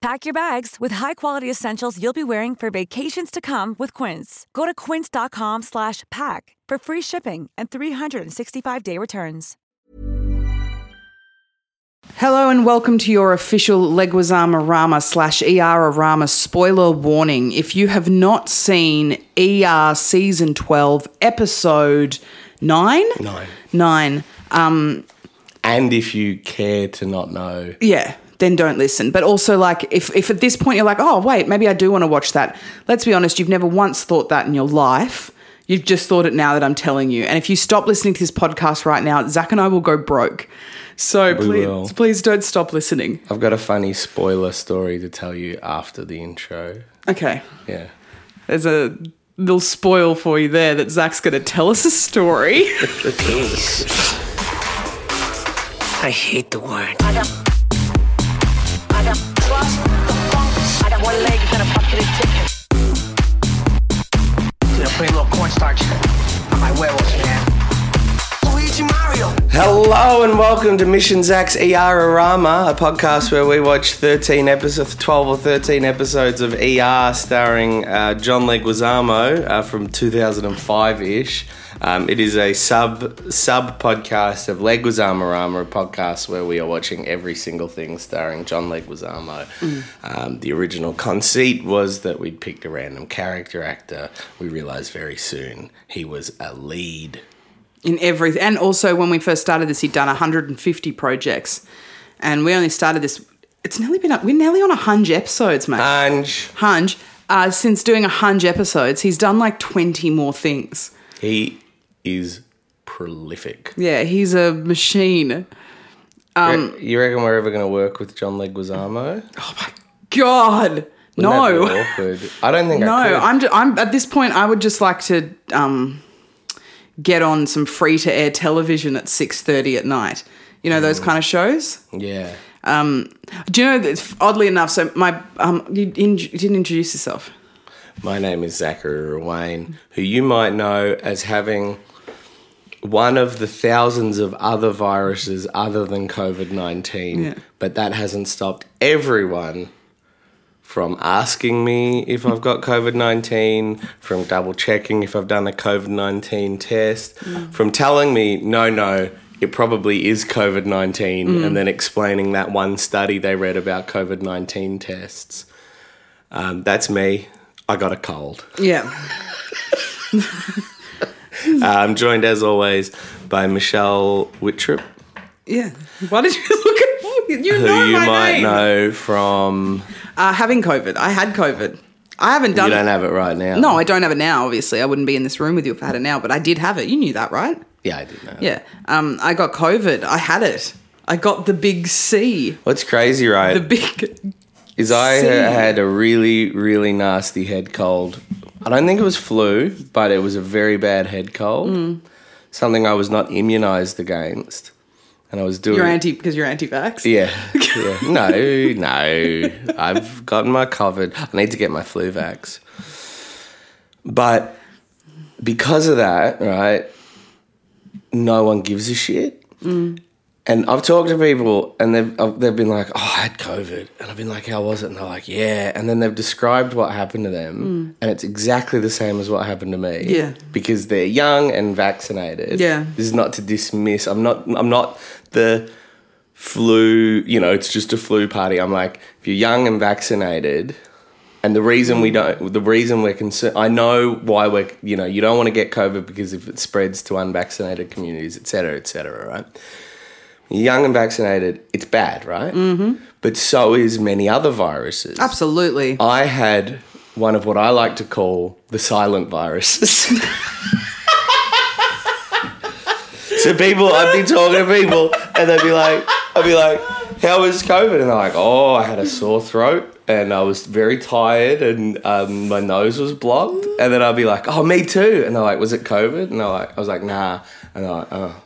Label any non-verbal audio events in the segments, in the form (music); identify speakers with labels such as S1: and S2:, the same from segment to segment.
S1: Pack your bags with high-quality essentials you'll be wearing for vacations to come with Quince. Go to quince.com/pack for free shipping and 365-day returns.
S2: Hello and welcome to your official Leguizamo Rama slash ER Rama spoiler warning. If you have not seen ER season 12, episode 9?
S3: Nine.
S2: 9. Um,
S3: And if you care to not know,
S2: yeah, then don't listen. But also, like, if, if at this point you're like, oh, wait, maybe I do want to watch that, let's be honest, you've never once thought that in your life. You've just thought it now that I'm telling you. And if you stop listening to this podcast right now, Zach and I will go broke. So please,
S3: will.
S2: please don't stop listening.
S3: I've got a funny spoiler story to tell you after the intro.
S2: Okay.
S3: Yeah.
S2: There's a little spoil for you there that Zach's going to tell us a story.
S4: I hate the word.
S5: I got, I got trust, I got one leg and a bucket of chicken.
S4: Gonna put a little cornstarch on my werewolf, man. Luigi Mario.
S3: Hello and welcome to Mission Zach's ER Rama, a podcast where we watch 13 episodes, 12 or 13 episodes of ER starring uh, John Leguizamo uh, from 2005 ish. Um, it is a sub sub podcast of Leguizamo Rama, a podcast where we are watching every single thing starring John Leguizamo. Um, the original conceit was that we'd picked a random character actor. We realised very soon he was a lead.
S2: (laughs) in everything. And also, when we first started this, he'd done 150 projects, and we only started this. It's nearly been up. We're nearly on a hundred episodes, mate.
S3: Ange.
S2: hunch. Uh, since doing a hunch episodes, he's done like 20 more things.
S3: He is prolific.
S2: Yeah, he's a machine. Um,
S3: Re- you reckon we're ever going to work with John Leguizamo?
S2: God,
S3: Wouldn't
S2: no,
S3: that be awkward. I don't think.
S2: no.
S3: I could.
S2: I'm. ju- I'm at this point. I would just like to um, get on some free to air television at 6:30 at night. You know
S3: Mm.
S2: those kind of shows.
S3: Yeah. Mm.
S2: Do you know that oddly enough? So my um, you, in, you didn't introduce yourself.
S3: My name is Zachary Wayne, who you might know as having one of the thousands of other viruses other than COVID nineteen,
S2: Yeah.
S3: but that hasn't stopped everyone from asking me if I've got COVID 19, from double checking if I've done a COVID 19 test, from telling me, no, no, it probably is COVID 19, and then explaining that one study they read about COVID 19 tests. Um, that's me. I got a cold.
S2: Yeah,
S3: I'm joined, as always, by Michelle Whittrip,
S2: yeah. Why did you look at you
S3: who
S2: know
S3: you
S2: my
S3: might
S2: name?
S3: know from.
S2: Uh, having COVID, I had COVID. I haven't done.
S3: You don't
S2: it.
S3: have it right now.
S2: No, I don't have it now. Obviously, I wouldn't be in this room with you if I had it now. But I did have it. You knew that, right?
S3: Yeah, I did know.
S2: Yeah. Um, I got COVID. I had it. I got the big C.
S3: What's crazy, right?
S2: The big.
S3: is I
S2: See.
S3: had a really, really nasty head cold. I don't think it was flu, but it was a very bad head cold.
S2: Mm.
S3: Something I was not immunized against. And I was doing
S2: You're anti because you're anti-vax.
S3: Yeah. yeah. No, no. I've gotten my COVID. I need to get my flu vax. But because of that, right, no one gives a shit. And I've talked to people and they've, I've- they've been like, oh, I had COVID. And I've been like, how was it? And they're like, yeah. And then they've described what happened to them. And it's exactly the same as what happened to me.
S2: Yeah.
S3: Because they're young and vaccinated.
S2: Yeah.
S3: This is not to dismiss. I'm not, I'm not the flu, you know, it's just a flu party. I'm like, if you're young and vaccinated, and the reason we don't, the reason we're concerned, I know why we're, you know, you don't want to get COVID because if it spreads to unvaccinated communities, et cetera, et cetera, right? Young and vaccinated, it's bad, right? Mm-hmm. But so is many other viruses.
S2: Absolutely.
S3: I had one of what I like to call the silent viruses. (laughs) so people, I'd be talking to people, and they'd be like, I'd be like, "How was COVID?" And they're like, "Oh, I had a sore throat." And I was very tired, and um, my nose was blocked. And then I'd be like, "Oh, me too." And they're like, "Was it COVID?" And they're like, "I was like, nah." And I, oh.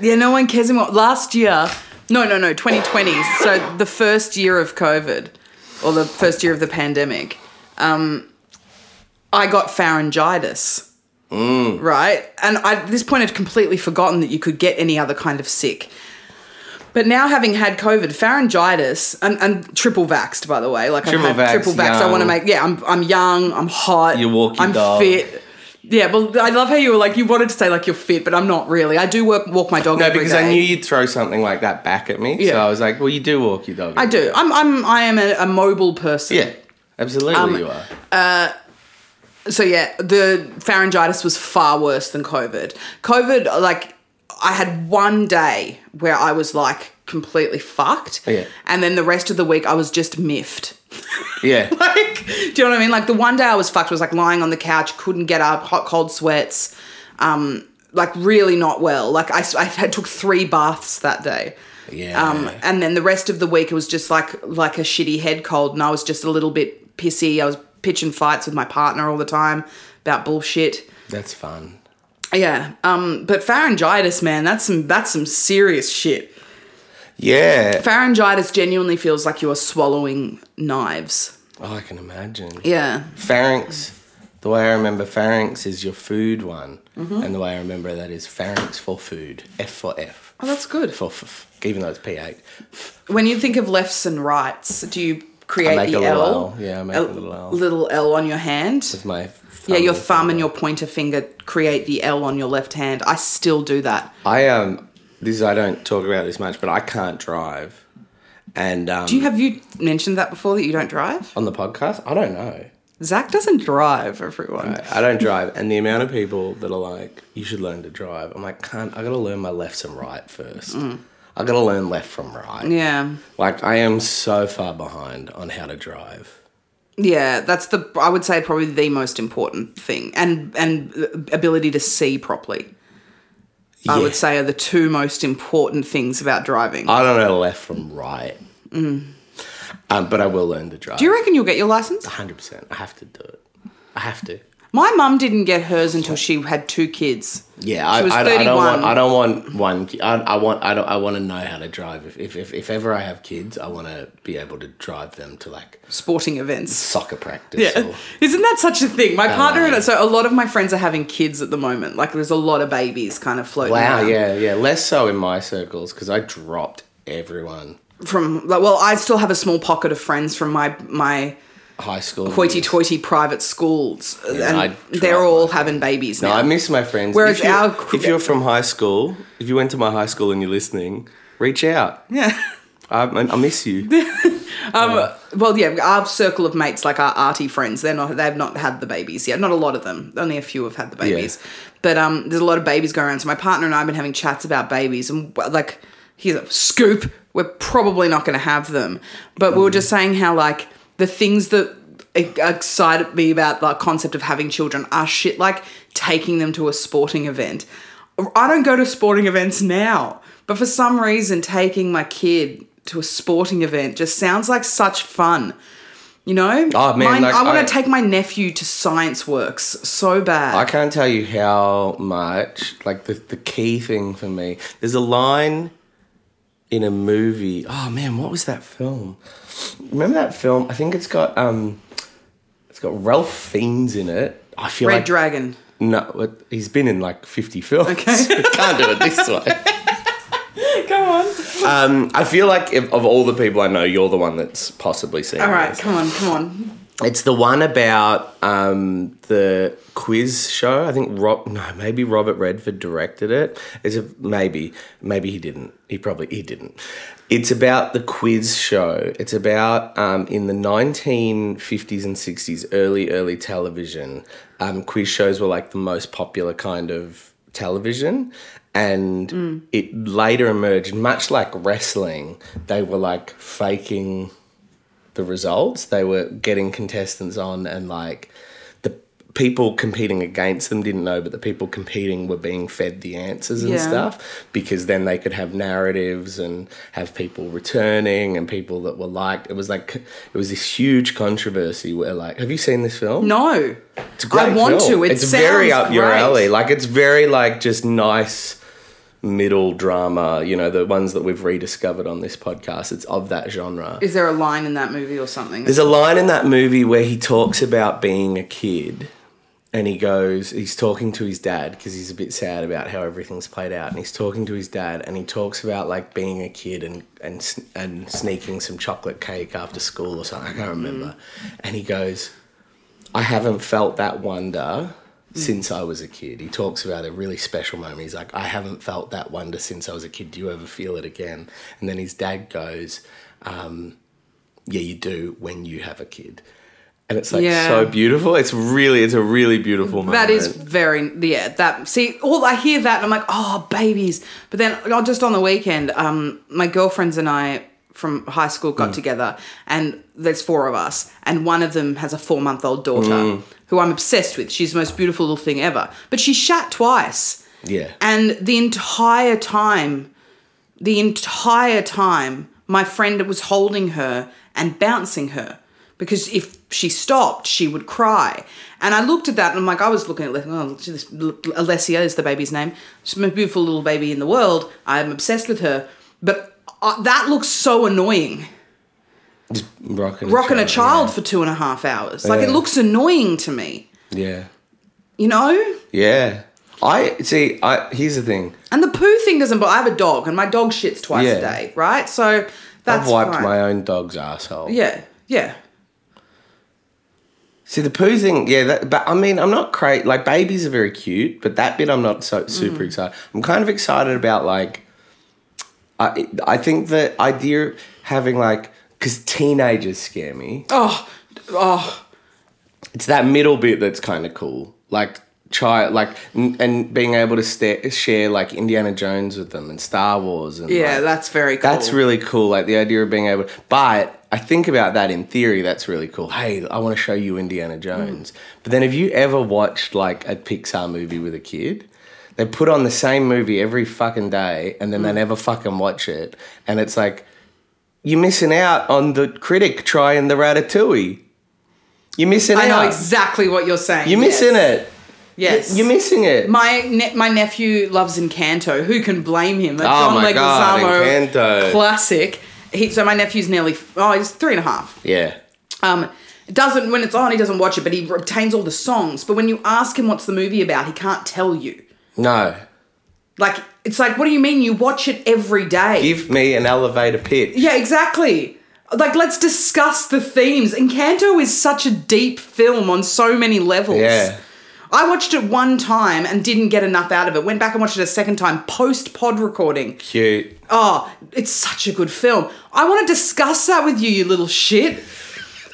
S2: Yeah, no one cares anymore. Last year, no, no, no, 2020. So the first year of COVID, or the first year of the pandemic, um, I got pharyngitis.
S3: Mm.
S2: Right, and I, at this point, I'd completely forgotten that you could get any other kind of sick. But now, having had COVID, pharyngitis, and, and triple vaxxed, by the way, like
S3: Triple
S2: I've
S3: vaxxed,
S2: had triple vaxxed. I want to
S3: young.
S2: make yeah, I'm I'm young, I'm hot,
S3: You walk your
S2: I'm
S3: dog.
S2: fit. Yeah, well, I love how you were like you wanted to say like you're fit, but I'm not really. I do work walk my dog.
S3: No,
S2: every
S3: because I
S2: day.
S3: knew you'd throw something like that back at me. So
S2: Yeah.
S3: I was like, well, you do walk your dog.
S2: I do. I'm I'm I am a, a mobile person.
S3: Yeah, absolutely
S2: Um,
S3: you are.
S2: So yeah, the pharyngitis was far worse than COVID. COVID, like, I had one day where I was like completely fucked.
S3: Oh, Yeah.
S2: And then the rest of the week I was just miffed.
S3: Yeah.
S2: (laughs) like, do you know what I mean? Like the one day I was fucked was like lying on the couch, couldn't get up, hot cold sweats, um, like really not well. Like I, s- I had- took three baths that day.
S3: Yeah.
S2: Um, and then the rest of the week it was just like like a shitty head cold, and I was just a little bit pissy. I was pitching fights with my partner all the time about bullshit.
S3: That's fun.
S2: Yeah. Um, but pharyngitis, man, that's some that's some serious shit.
S3: Yeah.
S2: Pharyngitis genuinely feels like you are swallowing knives.
S3: Oh, I can imagine.
S2: Yeah.
S3: Pharynx. The way I remember pharynx is your food one,
S2: Mm-hmm.
S3: and the way I remember that is pharynx for food. F for F.
S2: Oh, that's good.
S3: For f- even though it's P eight.
S2: When you think of lefts and rights, do you create
S3: I make
S2: the
S3: a little
S2: L?
S3: L. Yeah, I make a little L.
S2: Little L on your hand.
S3: It's my.
S2: yeah, your thumb and your pointer finger create the L on your left hand. I still do that.
S3: I um. This is- I don't talk about this much, but I can't drive, and um.
S2: Do you have you mentioned that before that you don't drive?
S3: on the podcast? I don't know.
S2: Zach doesn't drive. Everyone.
S3: I don't drive, and the amount of people that are like, "You should learn to drive." I'm like, "Can't." I gotta learn my lefts and right first.
S2: Mm.
S3: I gotta learn left from right.
S2: Yeah,
S3: Like I am so far behind on how to drive.
S2: yeah. That's the I would say probably the most important thing, and and the ability to see properly. I
S3: Yeah.
S2: would say are the two most important things about driving.
S3: I don't know left from right. Um, but I will learn to drive.
S2: Mm. do you reckon you'll get your license?
S3: Hundred percent. I have to do it. I have to.
S2: My mum didn't get hers until she had two kids.
S3: Yeah, I,
S2: was
S3: I, I don't
S2: 31.
S3: want. I don't want one. ki- I, I want. I don't. I want to know how to drive. If if, if, if ever I have kids, I want to be able to drive them to like
S2: Sporting events.
S3: soccer practice.
S2: Yeah.
S3: Or,
S2: (laughs) Isn't that such a thing? My partner
S3: know.
S2: and so a lot of my friends are having kids at the moment. Like there's a lot of babies kind of floating
S3: wow.
S2: around.
S3: Yeah. Yeah. Less so in my circles because I dropped everyone.
S2: From like, well, I still have a small pocket of friends from my my
S3: High school.
S2: hoity
S3: years.
S2: toity private schools. and
S3: I
S2: they're
S3: tried
S2: all
S3: my-
S2: having babies
S3: No,
S2: now.
S3: I miss my friends.
S2: Whereas
S3: if you're,
S2: our-
S3: if you're from high school, if you went to my high school and you're listening, reach out. (laughs)
S2: yeah.
S3: I, I
S2: (laughs)
S3: miss you.
S2: Well, yeah, our circle of mates, like our arty friends, they're not they've not had the babies yet. Not a lot of them. Only a few have had the babies. But um, there's a lot of babies going around. So my partner and I have been having chats about babies, and well, like, here's a scoop: we're probably not going to have them. But we were just saying how like the things that e- excited me about the concept of having children are shit like taking them to a sporting event. I don't go to sporting events now, but for some reason, taking my kid to a sporting event just sounds like such fun. You know?
S3: Oh, man,
S2: Mine-
S3: like,
S2: I want
S3: I-
S2: to take my nephew to Science Works so bad.
S3: I can't tell you how much, like, the, the key thing for me. There's a line in a movie. Oh, man, what was that film? Remember that film? I think it's got, um, it's got Ralph Fiennes in it. I feel
S2: Red
S3: like.
S2: Dragon.
S3: No, it- he's been in like 50 films. Okay. (laughs) can't do it this way.
S2: Come on.
S3: Um, I feel like if, of all the people I know, you're the one that's possibly seen.
S2: All right,
S3: this.
S2: come on, come on.
S3: It's the one about um, the quiz show. I think Rob, no, maybe Robert Redford directed it. It's a, maybe, maybe he didn't. He probably he didn't. It's about the quiz show. It's about um, in the 1950s and 60s, early early television. Um, quiz shows were like the most popular kind of television, and it later emerged, much like wrestling. They were like faking the results. They were getting contestants on and like the people competing against them didn't know, but the people competing were being fed the answers and
S2: Yeah.
S3: stuff because then they could have narratives and have people returning and people that were liked. It was like it was this huge controversy where like, have you seen this film?
S2: No.
S3: It's a great
S2: I want
S3: film.
S2: to. It
S3: it's very
S2: sounds
S3: up your
S2: great.
S3: alley. Like it's very like just nice middle drama. You know the ones that we've rediscovered on this podcast. It's of that genre.
S2: Is there a line in that movie or something?
S3: There's a line in that movie where he talks about being a kid. And he goes, he's talking to his dad because he's a bit sad about how everything's played out. And he's talking to his dad, and he talks about like being a kid and and sn- and sneaking some chocolate cake after school or something. I can't remember. And he goes, I haven't felt that wonder since I was a kid. He talks about a really special moment. He's like, I haven't felt that wonder since I was a kid. Do you ever feel it again? And then his dad goes, um, Yeah, you do when you have a kid. And it's like
S2: Yeah.
S3: so beautiful. It's really, it's a really beautiful moment.
S2: That is very yeah. That see, all I hear that and I'm like, oh, babies. But then oh, just on the weekend, um, my girlfriends and I from high school
S3: Mm.
S2: got together, and there's four of us, and one of them has a four month old daughter
S3: Mm.
S2: who I'm obsessed with. She's the most beautiful little thing ever, but she shat twice.
S3: Yeah.
S2: And the entire time, the entire time, my friend was holding her and bouncing her because if she stopped, she would cry. And I looked at that and I'm like, I was looking at Le- oh, look at this Alessia is the baby's name. She's my beautiful little baby in the world. I'm obsessed with her, but uh, that looks so annoying.
S3: rocking,
S2: Rocking a child for two and a half hours, like it
S3: Yeah.
S2: looks annoying to me.
S3: Yeah.
S2: You know.
S3: Yeah. I see. I here's the thing.
S2: And the poo thing doesn't. But I have a dog, and my dog shits twice a
S3: Yeah.
S2: day, right? So that's
S3: I've wiped
S2: fine.
S3: my own dog's asshole.
S2: Yeah, yeah.
S3: See the poo thing, yeah. That, but I mean, I'm not crazy. Like babies are very cute, but that bit I'm not so super
S2: Mm.
S3: excited. I'm kind of excited about like. I I think the idea of having like because teenagers scare me.
S2: Oh, oh,
S3: It's that middle bit that's kind of cool. Like child, like n- and being able to sta share like Indiana Jones with them and Star Wars and
S2: yeah.
S3: like,
S2: that's very cool.
S3: That's really cool. Like the idea of being able, but I think about that in theory. That's really cool. Hey, I want to show you
S2: Mm.
S3: Indiana Jones. But then, have you ever watched like a Pixar movie with a kid? They put on the same movie every fucking day, and
S2: Mm.
S3: then they never fucking watch it. And it's like you're missing out on the critic trying the Ratatouille. You're missing
S2: I
S3: out.
S2: know exactly what you're saying.
S3: You're missing
S2: yes.
S3: it.
S2: Yes,
S3: You're missing it.
S2: My ne- my nephew loves Encanto. Who can blame him? A
S3: Oh my God,
S2: Leguizamo
S3: Encanto.
S2: classic. He, so my nephew's nearly oh he's three and a half.
S3: yeah.
S2: Um, doesn't when it's on he doesn't watch it, but he retains all the songs. But when you ask him what's the movie about, he can't tell you.
S3: No.
S2: Like it's like what do you mean you watch it every day?
S3: Give me an elevator pitch.
S2: Yeah, exactly. Like, let's discuss the themes. Encanto is such a deep film on so many levels.
S3: Yeah.
S2: I watched it one time and didn't get enough out of it. Went back and watched it a second time post pod recording.
S3: Cute.
S2: Oh, it's such a good film. I want to discuss that with you, you little shit.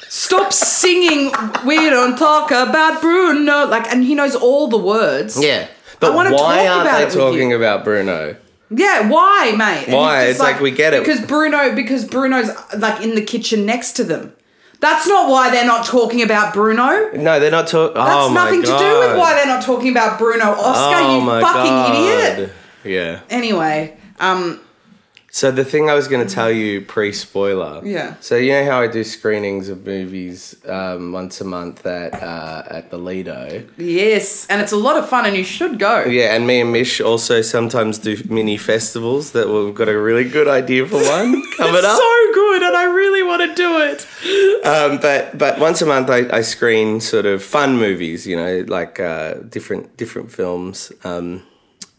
S2: Stop singing We Don't Talk About Bruno. Like, and he knows all the words.
S3: Yeah. But
S2: wanna
S3: why
S2: talk about
S3: aren't
S2: it
S3: they
S2: with you.
S3: talking about Bruno?
S2: Yeah, why, mate? And
S3: Why?
S2: he's just
S3: It's like, we get it.
S2: Because Bruno, because Bruno's like in the kitchen next to them. That's not why they're not talking about Bruno. That's
S3: No, they're not talking. oh my
S2: nothing
S3: God.
S2: to do with why they're not talking about Bruno Oscar,
S3: Oh
S2: you
S3: my
S2: fucking
S3: God.
S2: idiot.
S3: Yeah.
S2: Anyway, um,
S3: So the thing I was going to tell you pre-spoiler.
S2: Yeah.
S3: So you know how I do screenings of movies um, once a month at uh, at the Lido.
S2: yes, and it's a lot of fun and you should go.
S3: Yeah, and me and Mish also sometimes do mini festivals. That we've got a really good idea for
S2: (laughs)
S3: one coming
S2: It's
S3: up.
S2: so good and I really want to do it.
S3: um, but but once a month I, I screen sort of fun movies, you know, like uh, different different films. Um,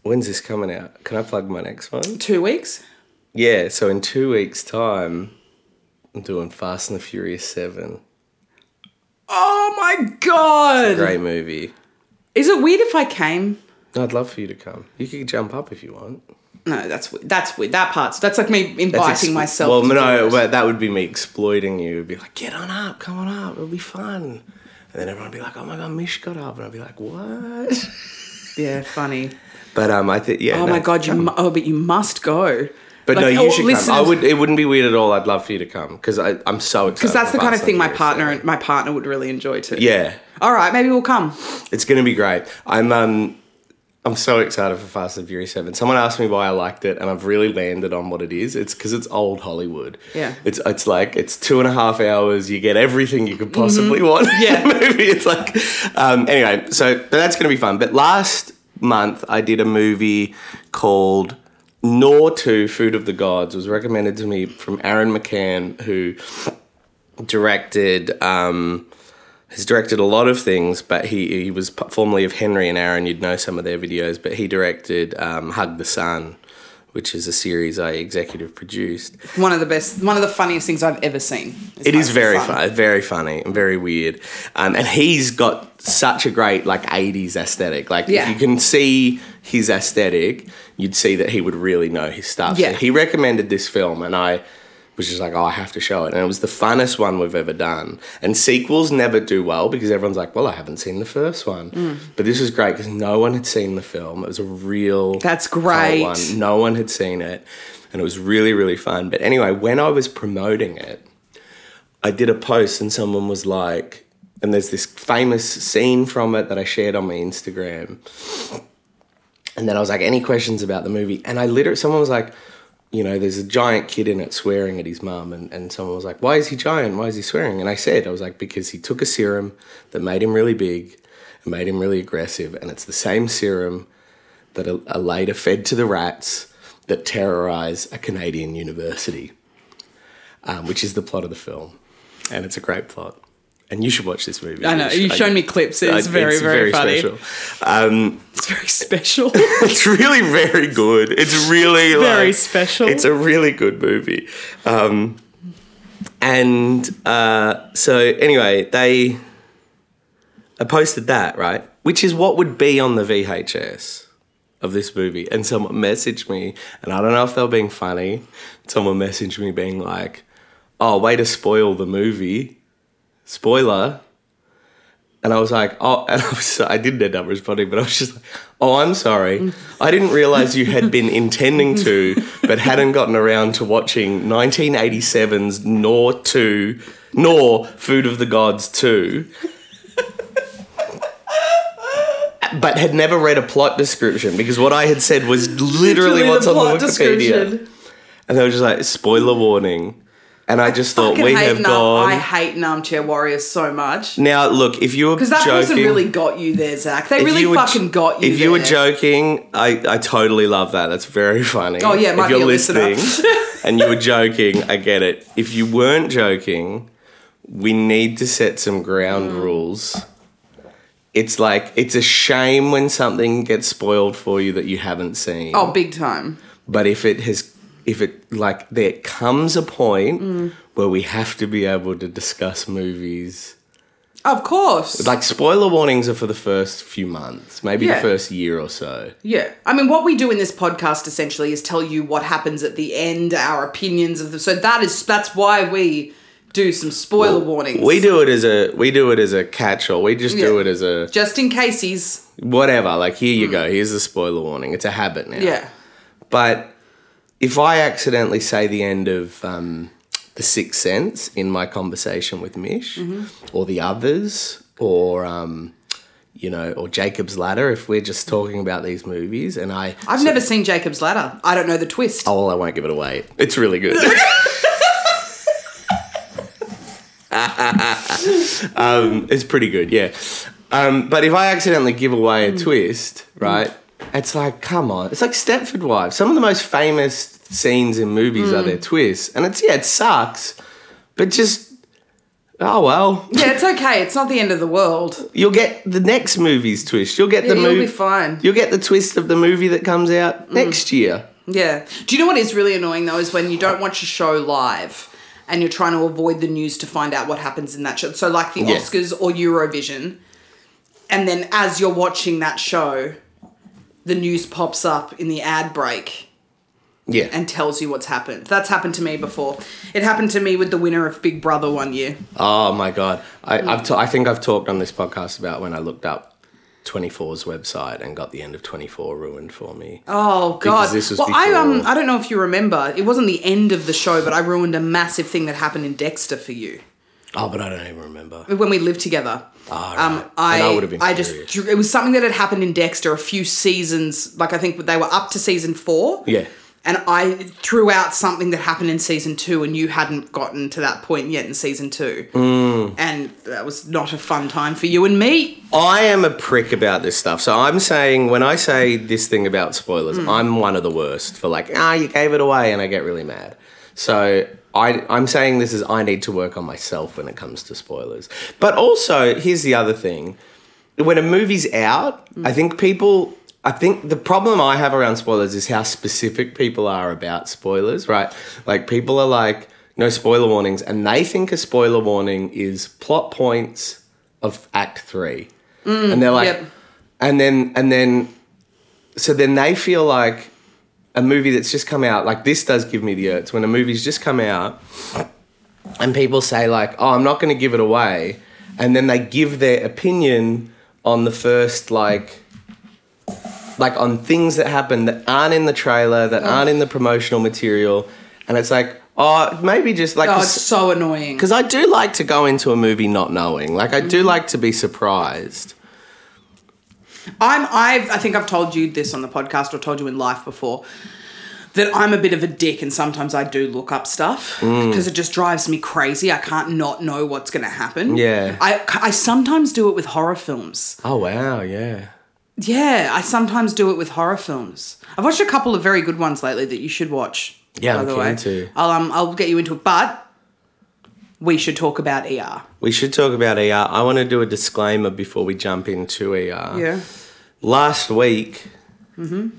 S3: when's this coming out? Can I plug my next one?
S2: Two weeks?
S3: Yeah, so in two weeks' time, I'm doing Fast and the Furious Seven.
S2: Oh my god.
S3: Great movie.
S2: Is it weird if I came?
S3: No, I'd love for you to come. You could jump up if you want.
S2: No, that's we- that's weird. That part's that's like me inviting
S3: That's ex-
S2: myself.
S3: Well,
S2: to do
S3: no,
S2: it.
S3: but that would be me exploiting you. It'd be like, get on up, come on up, it'll be fun. And then everyone would be like, oh my god, Mish got up, and I'd be like, what? (laughs)
S2: yeah, funny.
S3: But um, I think yeah.
S2: Oh
S3: no,
S2: my god, you mu- oh, but you must go.
S3: But
S2: Like,
S3: no,
S2: or
S3: you should
S2: listeners-
S3: come. I would. It wouldn't be weird at all. I'd love for you to come because I'm so excited.
S2: because that's the
S3: about
S2: kind of thing my
S3: something
S2: partner
S3: new,
S2: and my partner would really enjoy too.
S3: so- Yeah,
S2: All right, maybe we'll come.
S3: It's gonna be great. I'm um I'm so excited for Fast and Furious Seven. Someone asked me why I liked it, and I've really landed on what it is. It's because it's old Hollywood.
S2: Yeah.
S3: it's it's like it's two and a half hours. You get everything you could possibly
S2: Mm-hmm.
S3: want. (laughs)
S2: Yeah.
S3: in a movie. It's like um, anyway. So but that's gonna be fun. But last month I did a movie called. Nor to Food of the Gods was recommended to me from Aaron McCann, who directed um has directed a lot of things but he he was p- formerly of henry and aaron you'd know some of their videos but he directed um hug the sun which is a series i executive produced
S2: One of the best, one of the funniest things I've ever seen.
S3: it is
S2: Hug the
S3: very
S2: Sun.
S3: fun, very funny, and very weird. Um, and he's got such a great like '80s aesthetic. Like
S2: Yeah.
S3: if you can see his aesthetic, you'd see that he would really know his stuff.
S2: Yeah.
S3: So he recommended this film, and I was just like, "Oh, I have to show it." And it was the funnest one we've ever done. And sequels never do well because everyone's like, "Well, I haven't seen the first one,"
S2: Mm.
S3: but this was great because no one had seen the film. It was a real
S2: That's
S3: cult
S2: great.
S3: One. No one had seen it. And it was really, really fun. But anyway, when I was promoting it, I did a post and someone was like, and there's this famous scene from it that I shared on my Instagram. And then I was like, any questions about the movie? And I literally, someone was like, you know, there's a giant kid in it swearing at his mum. And, and someone was like, why is he giant? Why is he swearing? And I said, I was like, because he took a serum that made him really big and made him really aggressive. And it's the same serum that are, are later fed to the rats that terrorize a Canadian university, um, which is the plot of the film. And it's a great plot. And you should watch this movie.
S2: I know you've shown me clips.
S3: I-
S2: It's very, very, funny.
S3: special. Um,
S2: It's very special.
S3: it's really very good. It's really
S2: very
S3: like-
S2: special.
S3: It's a really good movie. Um, and uh, so anyway, they I posted that right, which is what would be on the VHS of this movie. And someone messaged me, and I don't know if they were being funny. Someone messaged me being like, "Oh, way to spoil the movie, spoiler." And I was like, oh, (laughs) and I, was, so- I didn't end up responding, but I was just like, oh, I'm sorry. I didn't realize you had been intending to, but hadn't gotten around to watching 1987's Nor 2, Nor Food of the Gods 2, but had never read a plot description because what I had said was (laughs) literally,
S2: Literally
S3: what's
S2: the
S3: on the
S2: plot
S3: Wikipedia.
S2: description.
S3: And they were just like, spoiler warning. And I just thought,
S2: Fucking
S3: we
S2: hate
S3: have
S2: numb,
S3: gone.
S2: I hate Armchair Warriors so much
S3: now, look, if you were
S2: because that
S3: joking,
S2: person really got you there, Zach. They
S3: If
S2: really
S3: you were-
S2: fucking got you.
S3: If you were
S2: there.
S3: joking, I, I totally love that. That's very funny.
S2: Oh, yeah, it might
S3: if you're
S2: be a listener.
S3: listening
S2: (laughs)
S3: and you were joking, I get it. If you weren't joking, we need to set some ground
S2: Mm.
S3: rules. It's like it's a shame when something gets spoiled for you that you haven't seen.
S2: oh, big time.
S3: But if it has, if it like there comes a point
S2: Mm.
S3: where we have to be able to discuss movies.
S2: Of course.
S3: Like spoiler warnings are for the first few months, maybe
S2: Yeah.
S3: the first year or so.
S2: Yeah. I mean, what we do in this podcast essentially is tell you what happens at the end, our opinions of the. So that is that's why we do some spoiler warnings.
S3: We do it as a we do it as a catch-all. We just do
S2: Yeah.
S3: it as a
S2: just in case he's
S3: whatever. Like here you go. Here's the spoiler warning. It's a habit now.
S2: yeah.
S3: But if I accidentally say the end of um, the Sixth Sense in my conversation with Mish, or the others, or um, you know, or Jacob's Ladder, if we're just talking about these movies, and I,
S2: I've never seen Jacob's Ladder. I don't know the twist.
S3: oh, well, I won't give it away. It's really good. (laughs) um, it's pretty good, yeah. Um, but if I accidentally give away
S2: Hmm.
S3: a twist, right? It's like, come on. It's like Stepford Wives. Some of the most famous scenes in movies
S2: Hmm.
S3: are their twists, and it's yeah, it sucks, but just oh well.
S2: Yeah, it's okay. It's not the end of the world.
S3: You'll get the next movie's twist. You'll get the
S2: Yeah, you'll
S3: movie.
S2: be fine. Mm.
S3: You'll get the twist of the movie that comes out next year.
S2: Yeah. Do you know what is really annoying though is when you don't watch a show live and you're trying to avoid the news to find out what happens in that show. So like the
S3: Yeah.
S2: Oscars or Eurovision and then as you're watching that show the news pops up in the ad break
S3: Yeah.
S2: and tells you what's happened. That's happened to me before. It happened to me with the winner of Big Brother one year.
S3: Oh my god! I, I've ta- I think I've talked on this podcast about when I looked up 24's website and got the end of 24 ruined for me.
S2: Oh
S3: Because
S2: god.
S3: this was
S2: well, I um
S3: before-
S2: I don't know if you remember. It wasn't the end of the show, but I ruined a massive thing that happened in Dexter for you
S3: Oh, but I don't even remember.
S2: when we lived together.
S3: Ah, right.
S2: Um,
S3: Then
S2: I
S3: I would've been
S2: I just
S3: furious.
S2: drew- it was something that had happened in Dexter a few seasons. Like I think they were up to season four.
S3: Yeah.
S2: And I threw out something that happened in season two, and you hadn't gotten to that point yet in season two.
S3: Mm.
S2: And that was not a fun time for you and me.
S3: I am a prick about this stuff. So I'm saying when I say this thing about spoilers, I'm one of the worst for like, ah, you gave it away, and I get really mad. So I, I'm saying this is I need to work on myself when it comes to spoilers. But also, here's the other thing: when a movie's out, I think people. I think the problem I have around spoilers is how specific people are about spoilers, right? Like people are like, no spoiler warnings, and they think a spoiler warning is plot points of Act Three, and they're like,
S2: yep.
S3: and then and then, so then they feel like a movie that's just come out. Like this does give me the urge when a movie's just come out, and people say like, "Oh, I'm not going to give it away," and then they give their opinion on the first like like on things that happen that aren't in the trailer, that aren't in the promotional material, and it's like, "Oh, maybe just like
S2: Oh, it's
S3: this-
S2: so annoying.
S3: because I do like to go into a movie not knowing. Like I do like to be surprised.
S2: I'm I've I think I've told you this on the podcast or told you in life before that I'm a bit of a dick and sometimes I do look up stuff
S3: Mm.
S2: because it just drives me crazy. I can't not know what's going to happen.
S3: Yeah.
S2: I I sometimes do it with horror films.
S3: Oh wow, yeah.
S2: Yeah, I sometimes do it with horror films. I've watched a couple of very good ones lately that you should watch.
S3: Yeah,
S2: by
S3: I'm
S2: the
S3: keen
S2: way.
S3: to.
S2: I'll um I'll get you into it, but we should talk about ER.
S3: We should talk about ER. I want to do a disclaimer before we jump into ER. Last week,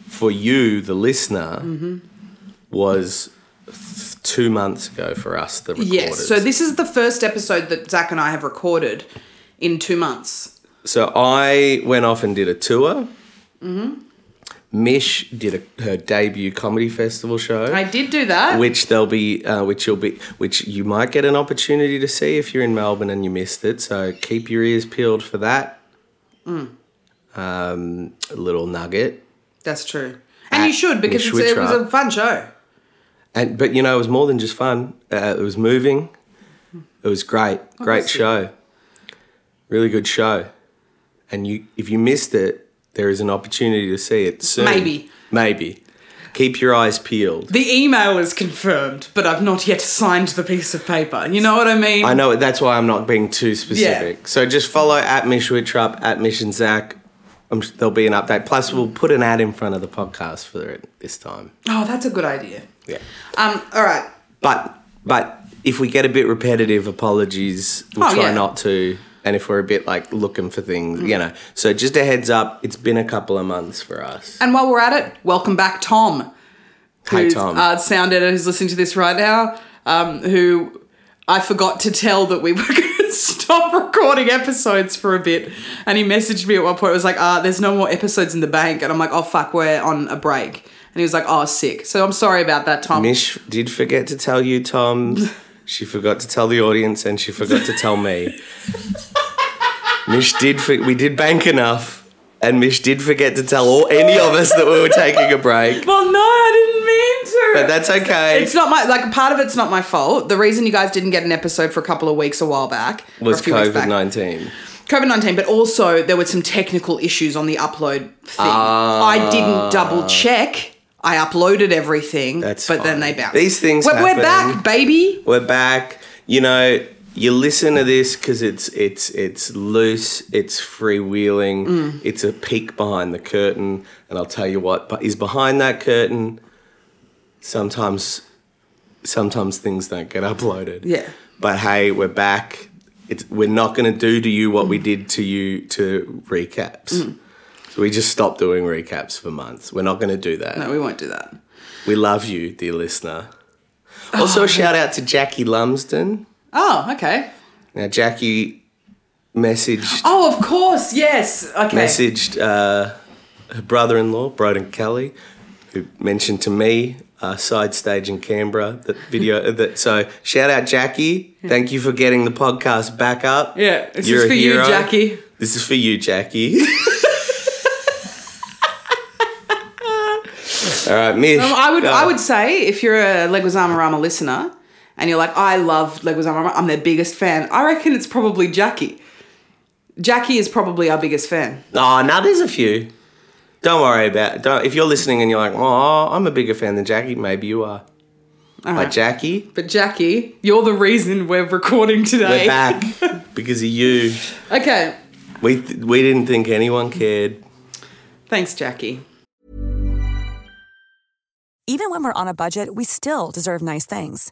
S3: for you, the listener, was th- two months ago for us, the recorders.
S2: Yes. So this is the first episode that Zach and I have recorded in two months.
S3: So I went off and did a tour. Mish did a, her debut comedy festival show.
S2: I did do that.
S3: which there'll be, uh, which you'll be, which you might get an opportunity to see if you're in Melbourne and you missed it. So keep your ears peeled for that.
S2: Mm.
S3: Um, little nugget,
S2: That's true. And you should because it's,
S3: Mishwitra.
S2: it was a fun show.
S3: and but you know it was more than just fun. Uh, it was moving. It was great, great
S2: was it?
S3: show. Really good show. And you, if you missed it, there is an opportunity to see it soon.
S2: Maybe.
S3: maybe. Keep your eyes peeled.
S2: The email is confirmed, but I've not yet signed the piece of paper. You know what I mean?
S3: I know that's why I'm not being too specific. So just follow at Mishwitrup at Mission Zach. I'm, s- there'll be an update. Plus, we'll put an ad in front of the podcast for it this time.
S2: Oh, that's a good idea.
S3: Yeah.
S2: Um. All right.
S3: But but if we get a bit repetitive, apologies. We'll
S2: Oh,
S3: try
S2: yeah.
S3: not to. And if we're a bit like looking for things, you know. So just a heads up. It's been a couple of months for us.
S2: And while we're at it, welcome back, Tom.
S3: Hey
S2: who's
S3: Tom.
S2: Our sound editor who's listening to this right now, um, who I forgot to tell that we (laughs) were going to stop recording episodes for a bit. And he messaged me at one point. It was like, ah, there's no more episodes in the bank. And I'm like, oh, fuck, we're on a break. And he was like, oh, sick. So I'm sorry about that, Tom.
S3: Mish did forget to tell you, Tom. She forgot to tell the audience, and she forgot to
S2: (laughs)
S3: tell me. Mish did. For- we did bank enough, and Mish did forget to tell all any of us that we were taking a break.
S2: (laughs) Well, no, I didn't mean to.
S3: But that's okay.
S2: It's not my like part of it's not my fault. The reason you guys didn't get an episode for a couple of weeks a while back
S3: was COVID
S2: nineteen.
S3: nineteen.
S2: COVID nineteen, but also there were some technical issues on the upload thing. I didn't double check. I uploaded everything,
S3: Ah. That's
S2: but
S3: fine.
S2: then they bounced.
S3: These things
S2: We're, we're
S3: happen.
S2: back, baby.
S3: We're back. You know, you listen to this because it's it's it's loose, it's freewheeling,
S2: Mm.
S3: it's a peek behind the curtain, and I'll tell you what but is behind that curtain. Sometimes, sometimes things don't get uploaded.
S2: Yeah.
S3: But hey, we're back. It's, we're not going to do to you what
S2: Mm.
S3: we did to you to recaps. So we just stopped doing recaps for months. We're not going to do that.
S2: No, we won't do that.
S3: We love you, dear listener. Also, a shout out to Jackie Lumsden.
S2: Oh, okay.
S3: Now, Jackie messaged
S2: Oh, of course, yes. Okay.
S3: messaged uh, her brother-in-law, Broden Kelly, who mentioned to me uh, side stage in Canberra that video. uh, that so shout out Jackie. Thank you for getting the podcast back up.
S2: Yeah, this
S3: You're
S2: is
S3: a
S2: for you,
S3: hero.
S2: Jackie. (laughs)
S3: This is for you, Jackie. (laughs) All right, Mish.
S2: Um, I would
S3: go.
S2: I would say if you're a Leguizamo Rama listener and you're like, I love Leguizamo Rama, I'm their biggest fan. I reckon it's probably Jackie. Jackie is probably our biggest fan.
S3: Oh, now there's a few. Don't worry about. It. Don't if you're listening and you're like, oh, I'm a bigger fan than Jackie. Maybe you are. like
S2: right.
S3: Jackie,
S2: But Jackie, you're the reason we're recording today.
S3: we're back because of you.
S2: (laughs) Okay.
S3: We th- we didn't think anyone cared.
S2: Thanks, Jackie.
S1: Even when we're on a budget, we still deserve nice things.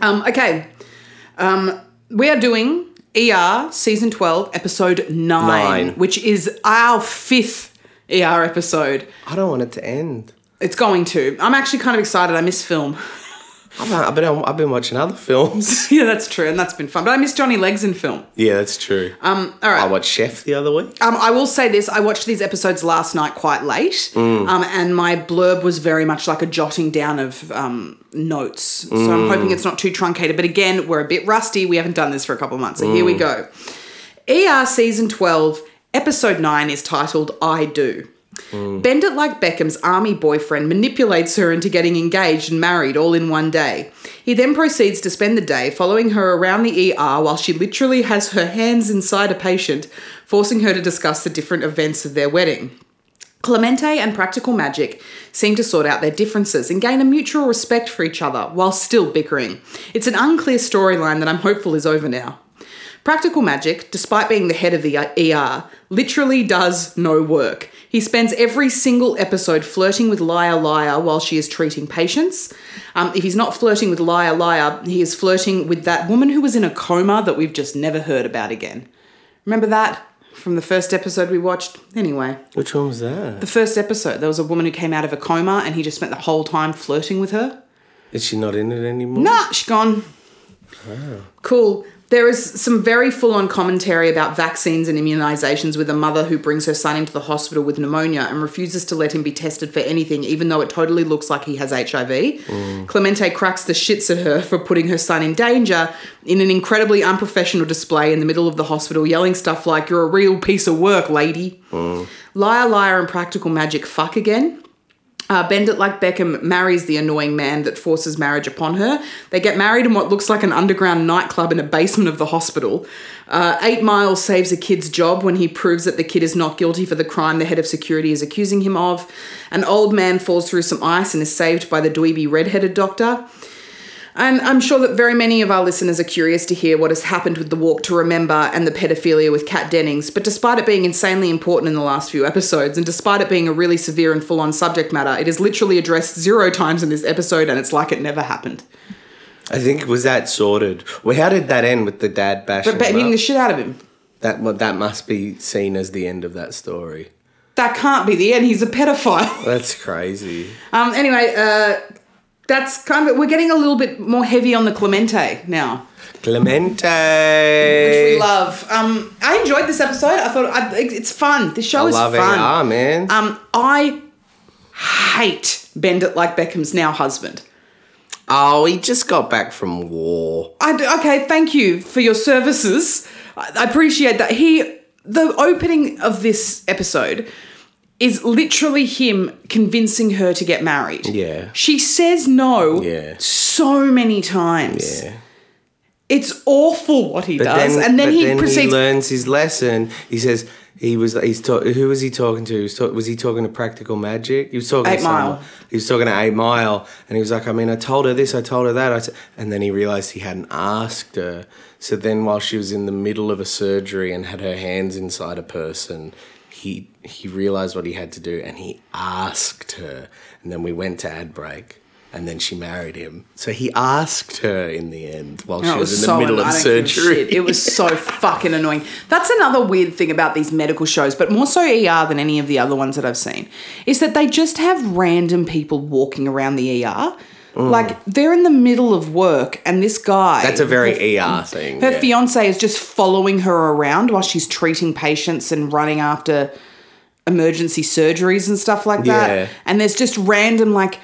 S2: Um, okay. Um, we are doing ER season 12, episode 9,
S3: Nine.
S2: which is our fifth ER episode.
S3: I don't want it to end.
S2: It's going to. I'm actually kind of excited. I miss film. (laughs)
S3: I've, I've been I've been watching other films. (laughs)
S2: yeah, that's true. And that's been fun. But I miss Johnny Legs in film.
S3: yeah, that's true.
S2: Um, all right.
S3: I watched Chef the other week.
S2: Um, I will say this: I watched these episodes last night quite late, um, and my blurb was very much like a jotting down of um, notes. So I'm hoping it's not too truncated. But again, we're a bit rusty. We haven't done this for a couple of months, so here we go. ER season twelve, episode nine is titled "I Do." Bend it like Beckham's army boyfriend manipulates her into getting engaged and married all in one day. He then proceeds to spend the day following her around the ER while she literally has her hands inside a patient, forcing her to discuss the different events of their wedding. Clemente and Practical Magic seem to sort out their differences and gain a mutual respect for each other while still bickering. It's an unclear storyline that I'm hopeful is over now. Practical Magic, despite being the head of the ER, literally does no work. He spends every single episode flirting with Liar Liar while she is treating patients. Um, if he's not flirting with Liar Liar, he is flirting with that woman who was in a coma that we've just never heard about again. Remember that from the first episode we watched? Anyway.
S3: Which one was that?
S2: The first episode, there was a woman who came out of a coma and he just spent the whole time flirting with her.
S3: Is she not in it anymore?
S2: Nah, she's gone. Cool. There is some very full on commentary about vaccines and immunizations with a mother who brings her son into the hospital with pneumonia and refuses to let him be tested for anything, even though it totally looks like he has HIV. Clemente cracks the shits at her for putting her son in danger in an incredibly unprofessional display in the middle of the hospital, yelling stuff like, You're a real piece of work, lady. Liar, liar, and practical magic fuck again. Uh, Bend It Like Beckham marries the annoying man that forces marriage upon her. They get married in what looks like an underground nightclub in a basement of the hospital. Uh, Eight Mile saves a kid's job when he proves that the kid is not guilty for the crime the head of security is accusing him of. An old man falls through some ice and is saved by the dweeby redheaded doctor. And I'm sure that very many of our listeners are curious to hear what has happened with the walk to remember and the pedophilia with Kat Dennings. But despite it being insanely important in the last few episodes, and despite it being a really severe and full on subject matter, it is literally addressed zero times in this episode, and it's like it never happened.
S3: I think was that sorted. Well, how did that end with the dad bashing?
S2: But beating
S3: him
S2: the
S3: up?
S2: shit out of him.
S3: that well, that must be seen as the end of that story.
S2: That can't be the end. He's a pedophile. (laughs)
S3: That's crazy.
S2: Um, anyway, uh, that's kind of We're getting a little bit more heavy on the Clemente now. Which
S3: Clemente.
S2: we love. Um, I enjoyed this episode. I thought I, it's fun. The show
S3: I
S2: is
S3: love Ah,
S2: fun.
S3: AR, man.
S2: Um, I hate Bend It Like Beckham's now husband.
S3: oh, he just got back from war.
S2: I d- okay, thank you for your services. I, I appreciate that. He, the opening of this episode is literally him convincing her to get married.
S3: Yeah.
S2: She says no
S3: Yeah.
S2: so many times.
S3: Yeah.
S2: It's awful what he does. and then
S3: but
S2: he proceeds.
S3: learns his lesson. He says he was. He's ta- Who was he talking to? He was, ta- was he talking to Practical Magic? He was talking
S2: Eight
S3: to someone.
S2: Mile.
S3: He was talking to Eight Mile, and he was like, "I mean, I told her this, I told her that." I s and then he realized he hadn't asked her. So then, while she was in the middle of a surgery and had her hands inside a person, he he realized what he had to do, and he asked her. And then we went to ad break. and then she married him. So he asked her in the end while
S2: Oh,
S3: she
S2: it
S3: was, in the
S2: so
S3: middle
S2: annoying.
S3: of
S2: I don't give a
S3: surgery.
S2: shit. It was so fucking annoying. That's another weird thing about these medical shows, but more so ER than any of the other ones that I've seen, is that they just have random people walking around the ER. Like they're in the middle of work, and this guy.
S3: That's a very ER thing.
S2: Her
S3: yeah.
S2: fiance is just following her around while she's treating patients and running after emergency surgeries and stuff like that.
S3: Yeah.
S2: And there's just random like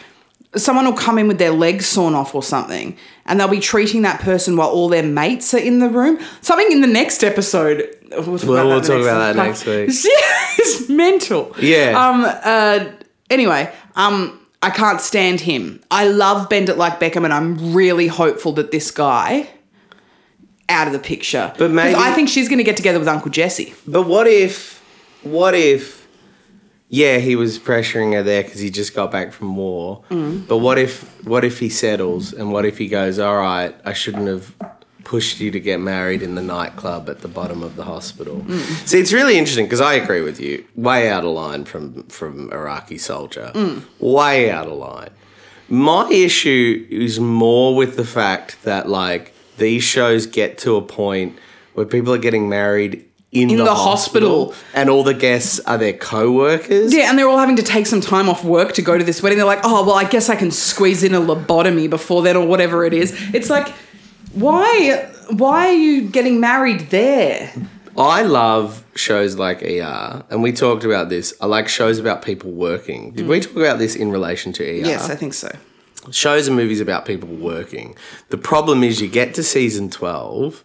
S2: someone will come in with their legs sawn off or something and they'll be treating that person while all their mates are in the room. Something in the next episode. We'll talk
S3: Well, we'll
S2: in the
S3: talk about that next
S2: one. (laughs)
S3: week.
S2: it's mental.
S3: Yeah.
S2: Um uh anyway, um I can't stand him. I love Bend It Like Beckham and I'm really hopeful that this guy out of the picture.
S3: But
S2: 'Cause
S3: maybe-
S2: I think she's going to get together with Uncle Jesse.
S3: But what if, what if, yeah, he was pressuring her there because he just got back from war. But what if, what if he settles and what if he goes, all right, I shouldn't have pushed you to get married in the nightclub at the bottom of the hospital. See, it's really interesting because I agree with you. Way out of line from from Iraqi soldier. Way out of line. My issue is more with the fact that like these shows get to a point where people are getting married in,
S2: In
S3: the,
S2: the
S3: hospital,
S2: hospital.
S3: and all the guests are their co-workers.
S2: Yeah, and they're all having to take some time off work to go to this wedding. They're like, oh, well, I guess I can squeeze in a lobotomy before then or whatever it is. It's like, why, why are you getting married there?
S3: I love shows like ER, and we talked about this. I like shows about people working. Did we talk about this in relation to ER?
S2: Yes, I think so.
S3: shows and movies about people working. The problem is you get to season 12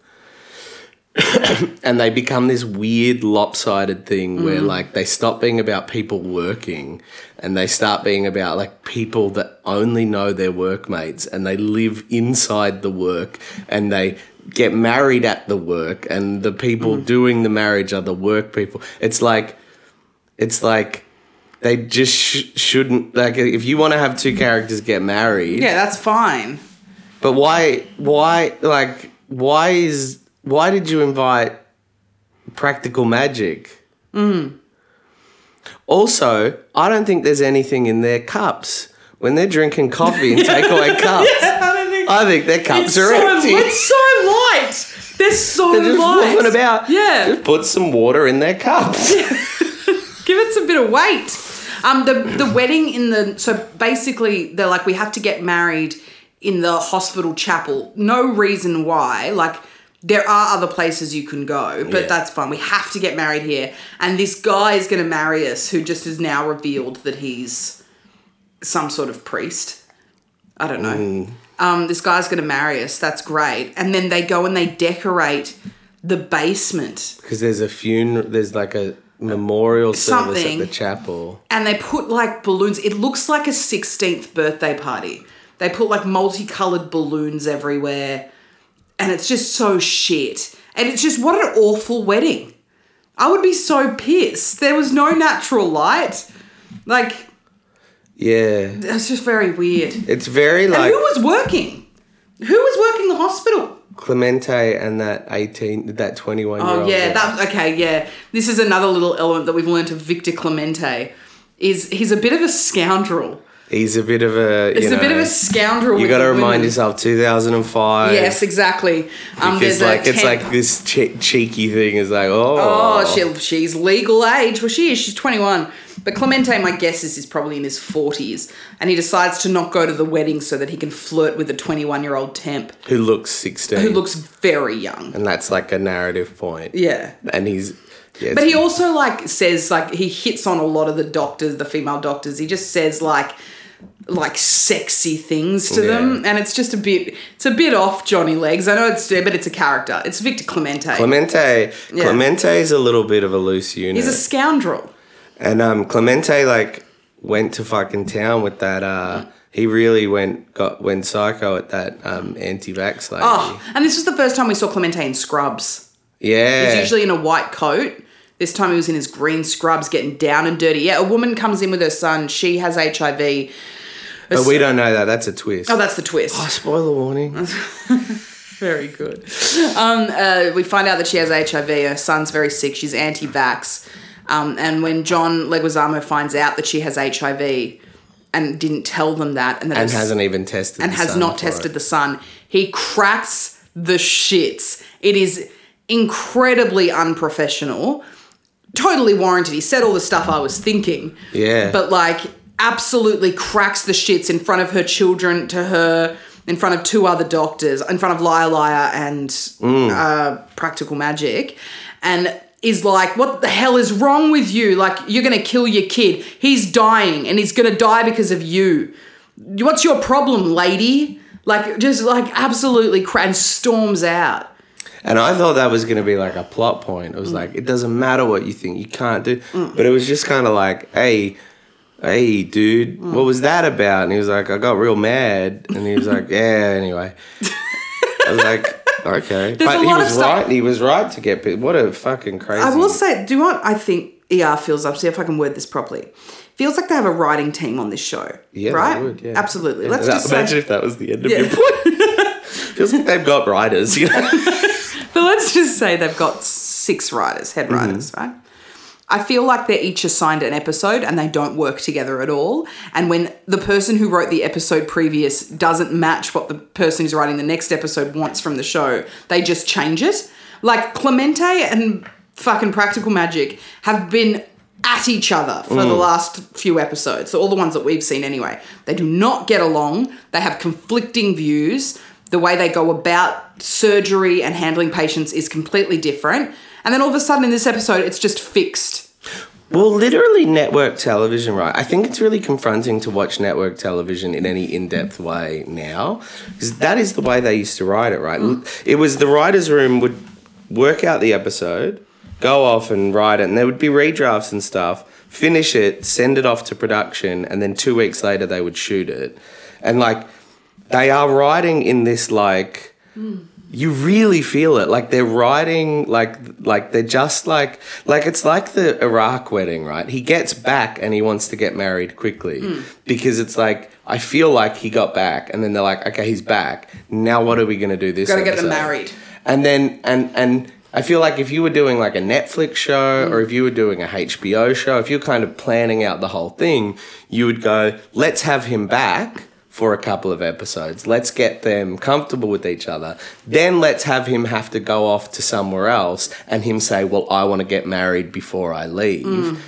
S3: and they become this weird lopsided thing where like they stop being about people working and they start being about like people that only know their workmates and they live inside the work and they get married at the work and the people doing the marriage are the work people. It's like it's like they just sh- shouldn't like if you want to have two characters get married
S2: Yeah, that's fine.
S3: but why why like why is why did you invite practical magic mm. also i don't think there's anything in their cups when they're drinking coffee and
S2: (laughs)
S3: takeaway cups
S2: I don't think
S3: i think their cups
S2: it's
S3: are
S2: so,
S3: empty
S2: it's so light. They're so
S3: they're just
S2: light.
S3: walking about
S2: Yeah.
S3: just put some water in their
S2: (laughs)
S3: cups
S2: Give it some bit of weight. Um, the the wedding in the so basically they're like we have to get married in the hospital chapel. No reason why. Like there are other places you can go, but
S3: Yeah.
S2: that's fine. We have to get married here, and this guy is going to marry us, who just is now revealed that he's some sort of priest. I don't know. Um, this guy's going to marry us. That's great. And then they go and they decorate the basement
S3: because there's a funeral there's like a memorial service
S2: Something.
S3: at the chapel
S2: and they put like balloons. It looks like a 16th birthday party. They put like multicolored balloons everywhere, and it's just so shit. And it's just what an awful wedding. I would be so pissed. There was no natural light. Like,
S3: yeah
S2: that's just very weird.
S3: It's very
S2: and
S3: like
S2: who was working? Who was working the hospital?
S3: Clemente and that eighteen, that twenty-one. year
S2: Oh
S3: old
S2: yeah,
S3: guy.
S2: that okay, yeah. This is another little element that we've learned of Victor Clemente. Is he's a bit of a scoundrel.
S3: he's a bit of a.
S2: He's
S3: you
S2: a bit
S3: know,
S2: of a scoundrel.
S3: You
S2: with
S3: got to
S2: the
S3: remind
S2: women.
S3: yourself, two thousand and five.
S2: Yes, exactly. Um,
S3: because
S2: there's
S3: like
S2: a
S3: it's
S2: temp-
S3: like this che- cheeky thing is like oh,
S2: oh, she, she's legal age. Well, she is. She's 21. But Clemente, my guess is, is probably in his 40s, and he decides to not go to the wedding so that he can flirt with a 21 year old temp
S3: who looks sixteen,
S2: who looks very young.
S3: and that's like a narrative point.
S2: Yeah.
S3: and he's. Yeah,
S2: But
S3: it's-
S2: he also like says like he hits on a lot of the doctors, the female doctors. He just says like like sexy things to them,
S3: Yeah.
S2: and it's just a bit it's a bit off Johnny Legs. I know it's but it's a character. It's Victor Clemente.
S3: Clemente,
S2: Yeah.
S3: Clemente is a little bit of a loose unit.
S2: He's a scoundrel.
S3: And um, Clemente like went to fucking town with that. Uh, he really went got went psycho at that um, anti-vax lady.
S2: Oh, and this was the first time we saw Clemente in scrubs.
S3: yeah,
S2: He's usually in a white coat. This time he was in his green scrubs, getting down and dirty. Yeah, a woman comes in with her son. She has HIV.
S3: but we don't know that. That's a twist.
S2: Oh, that's the twist.
S3: spoiler warning.
S2: very good. Um, uh, we find out that she has HIV. Her son's very sick. She's anti-vax. Um, and when John Leguizamo finds out that she has HIV, and didn't tell them that, and that
S3: and
S2: it's-
S3: hasn't even tested
S2: and
S3: the
S2: has
S3: sun
S2: not
S3: for it.
S2: tested the sun. He cracks the shits. It is incredibly unprofessional. Totally warranted. He said all the stuff I was thinking.
S3: Yeah.
S2: But like absolutely cracks the shits in front of her children to her in front of two other doctors, in front of Liar Liar and uh, Practical Magic, and is like, what the hell is wrong with you? Like, you're gonna kill your kid. He's dying, and he's gonna die because of you what's your problem, lady? Like, just like absolutely cra- and storms out.
S3: And I thought that was going to be like a plot point.
S2: Mm.
S3: It was like, it doesn't matter what you think, you can't do. But it was just kind of like, hey, hey, dude,
S2: Mm.
S3: what was that about? And he was like, I got real mad. And he
S2: (laughs)
S3: was like, yeah, anyway. I was like, okay.
S2: a
S3: but he
S2: lot of
S3: was
S2: stuff-
S3: right. He was right to get bit. What a fucking crazy.
S2: I will say, do you want? I think ER feels. I'll see if I can word this properly. Feels like they have a writing team on this show,
S3: Yeah, they
S2: right?
S3: would, yeah.
S2: Absolutely.
S3: And
S2: Let's
S3: that-
S2: just
S3: imagine
S2: say,
S3: if that was the end of
S2: Yeah. (laughs)
S3: your point. Feels like they've got writers, you know?
S2: (laughs) but let's just say they've got six writers,
S3: Mm-hmm.
S2: head writers, right? I feel like they're each assigned an episode and they don't work together at all. And when the person who wrote the episode previous doesn't match what the person who's writing the next episode wants from the show, they just change it. Like Clemente and fucking Practical Magic have been at each other for the last few episodes. So all the ones that we've seen anyway. They do not get along. They have conflicting views. The way they go about surgery and handling patients is completely different. And then all of a sudden in this episode, it's just fixed.
S3: Well, literally network television, right? I think it's really confronting to watch network television in any in-depth way now, because that is the way they used to write it, right? It was the writers' room would work out the episode, go off and write it, and there would be redrafts and stuff. Finish it, send it off to production, and then two weeks later they would shoot it, and like they are writing in this like you really feel it like they're writing like like they're just like like it's like the iraq wedding right he gets back and he wants to get married quickly
S2: Hmm.
S3: because it's like i feel like he got back and then they're like okay he's back now what are we going to do this
S2: Gotta get them
S3: episode?
S2: married.
S3: and then and and I feel like if you were doing like a Netflix show or if you were doing a HBO show, if you're kind of planning out the whole thing, you would go, let's have him back for a couple of episodes. Let's get them comfortable with each other. Then let's have him have to go off to somewhere else and him say, well, I want to get married before I leave.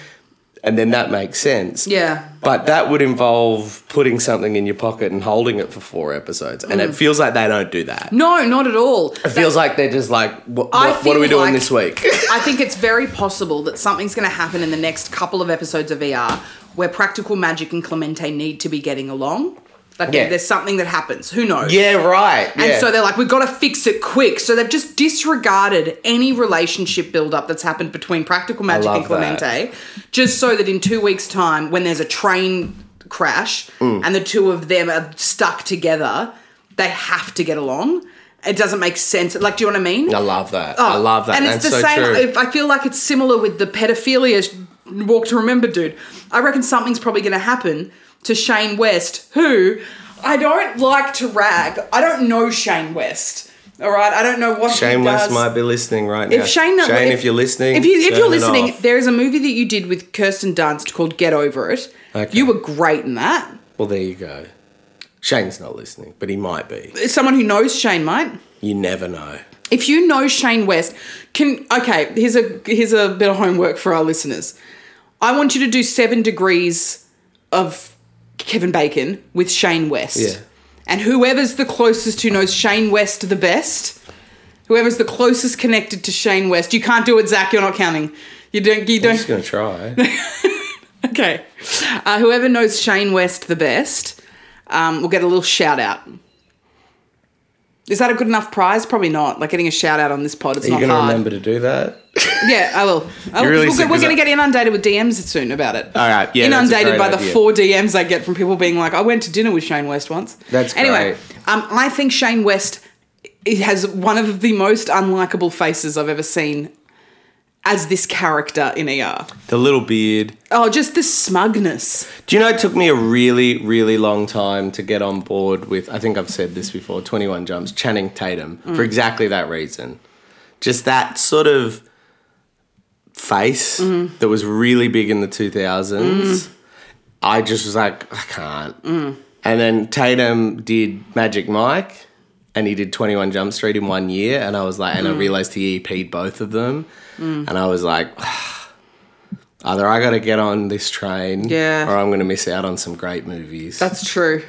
S3: And then that makes sense.
S2: Yeah.
S3: But that would involve putting something in your pocket and holding it for four episodes. And it feels like they don't do that.
S2: No, not at all.
S3: It feels like they're just like, what,
S2: I
S3: what, what are we
S2: feel
S3: doing
S2: like-
S3: this week? (laughs)
S2: I think it's very possible that something's going to happen in the next couple of episodes of VR where Practical Magic and Clemente need to be getting along. Like
S3: Yeah.
S2: there's something that happens. Who knows?
S3: yeah, right.
S2: And
S3: yeah.
S2: so they're like, we've got to fix it quick. So they've just disregarded any relationship build-up that's happened between Practical Magic and
S3: love that.
S2: Clemente, just so that in two weeks' time, when there's a train crash
S3: Mm.
S2: and the two of them are stuck together, they have to get along. It doesn't make sense. Like, do you know what I mean?
S3: I love that. I love that.
S2: Oh, And it's
S3: That's
S2: the
S3: so
S2: same.
S3: true. (laughs)
S2: If I feel like it's similar with the pedophilia sh- walk to remember, dude. I reckon something's probably going to happen to Shane West, who I don't like to rag. I don't know Shane West. All right, I don't know what
S3: Shane
S2: he
S3: West
S2: does.
S3: might be listening right now.
S2: if Shane,
S3: Shane, if, you're listening,
S2: if, you, if
S3: turn
S2: you're
S3: it
S2: listening,
S3: off.
S2: there is a movie that you did with Kirsten Dunst called Get Over It.
S3: Okay.
S2: You were great in that.
S3: well, there you go. Shane's not listening, but he might be.
S2: Someone who knows Shane might.
S3: You never know.
S2: If you know Shane West, can okay, here's a here's a bit of homework for our listeners. I want you to do seven degrees of Kevin Bacon with Shane West.
S3: Yeah.
S2: And whoever's the closest who knows Shane West the best, whoever's the closest connected to Shane West, you can't do it, Zach, you're not counting. You don't you
S3: I'm
S2: don't
S3: just gonna try.
S2: (laughs) Okay. Uh, whoever knows Shane West the best um, will get a little shout out. Is that a good enough prize? Probably not. Like getting a shout out on this pod, it's
S3: Are you
S2: not
S3: gonna
S2: hard.
S3: remember to do that?
S2: Yeah, I will. I will
S3: really
S2: we'll-
S3: sick,
S2: we're
S3: 'cause
S2: going
S3: I-
S2: to get inundated with DMs soon about it.
S3: All right, yeah, that's a
S2: inundated
S3: great
S2: by the
S3: idea.
S2: four DMs I get from people being like, "I went to dinner with Shane West once."
S3: That's
S2: anyway.
S3: great.
S2: Um, I think Shane West i- has one of the most unlikable faces I've ever seen as this character in ER.
S3: The little beard.
S2: Oh, just the smugness.
S3: Do you know it took me a really, really long time to get on board with, I think I've said this before, 21 Jumps, Channing Tatum, for exactly that reason. Just that sort of face that was really big in the 2000s. I just was like, I can't. And then Tatum did Magic Mike and he did 21 Jump Street in one year. And I was like, and I realized he EP'd both of them. And I was like, (sighs) either I got to get on this train
S2: Yeah.
S3: or I'm going to miss out on some great movies.
S2: That's true.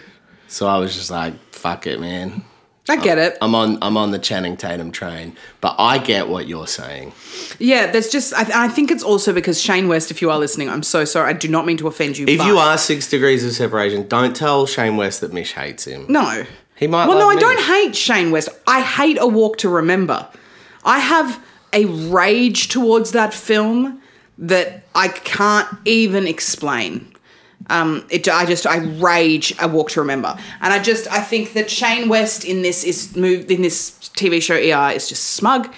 S3: so I was just like, fuck it, man.
S2: I get it.
S3: I'm on I'm on the Channing Tatum train, but I get what you're saying.
S2: Yeah, there's just, I, I think it's also because Shane West, if you are listening, I'm so sorry. I do not mean to offend you.
S3: If
S2: but
S3: you are six degrees of separation, don't tell Shane West that Mish hates him.
S2: No.
S3: He might
S2: Well, no,
S3: love
S2: I don't
S3: me.
S2: hate Shane West. I hate A Walk to Remember. I have a rage towards that film that I can't even explain. Um, it, I just I rage A Walk to Remember, and I just I think that Shane West in this is moved in this TV show ER is just smug.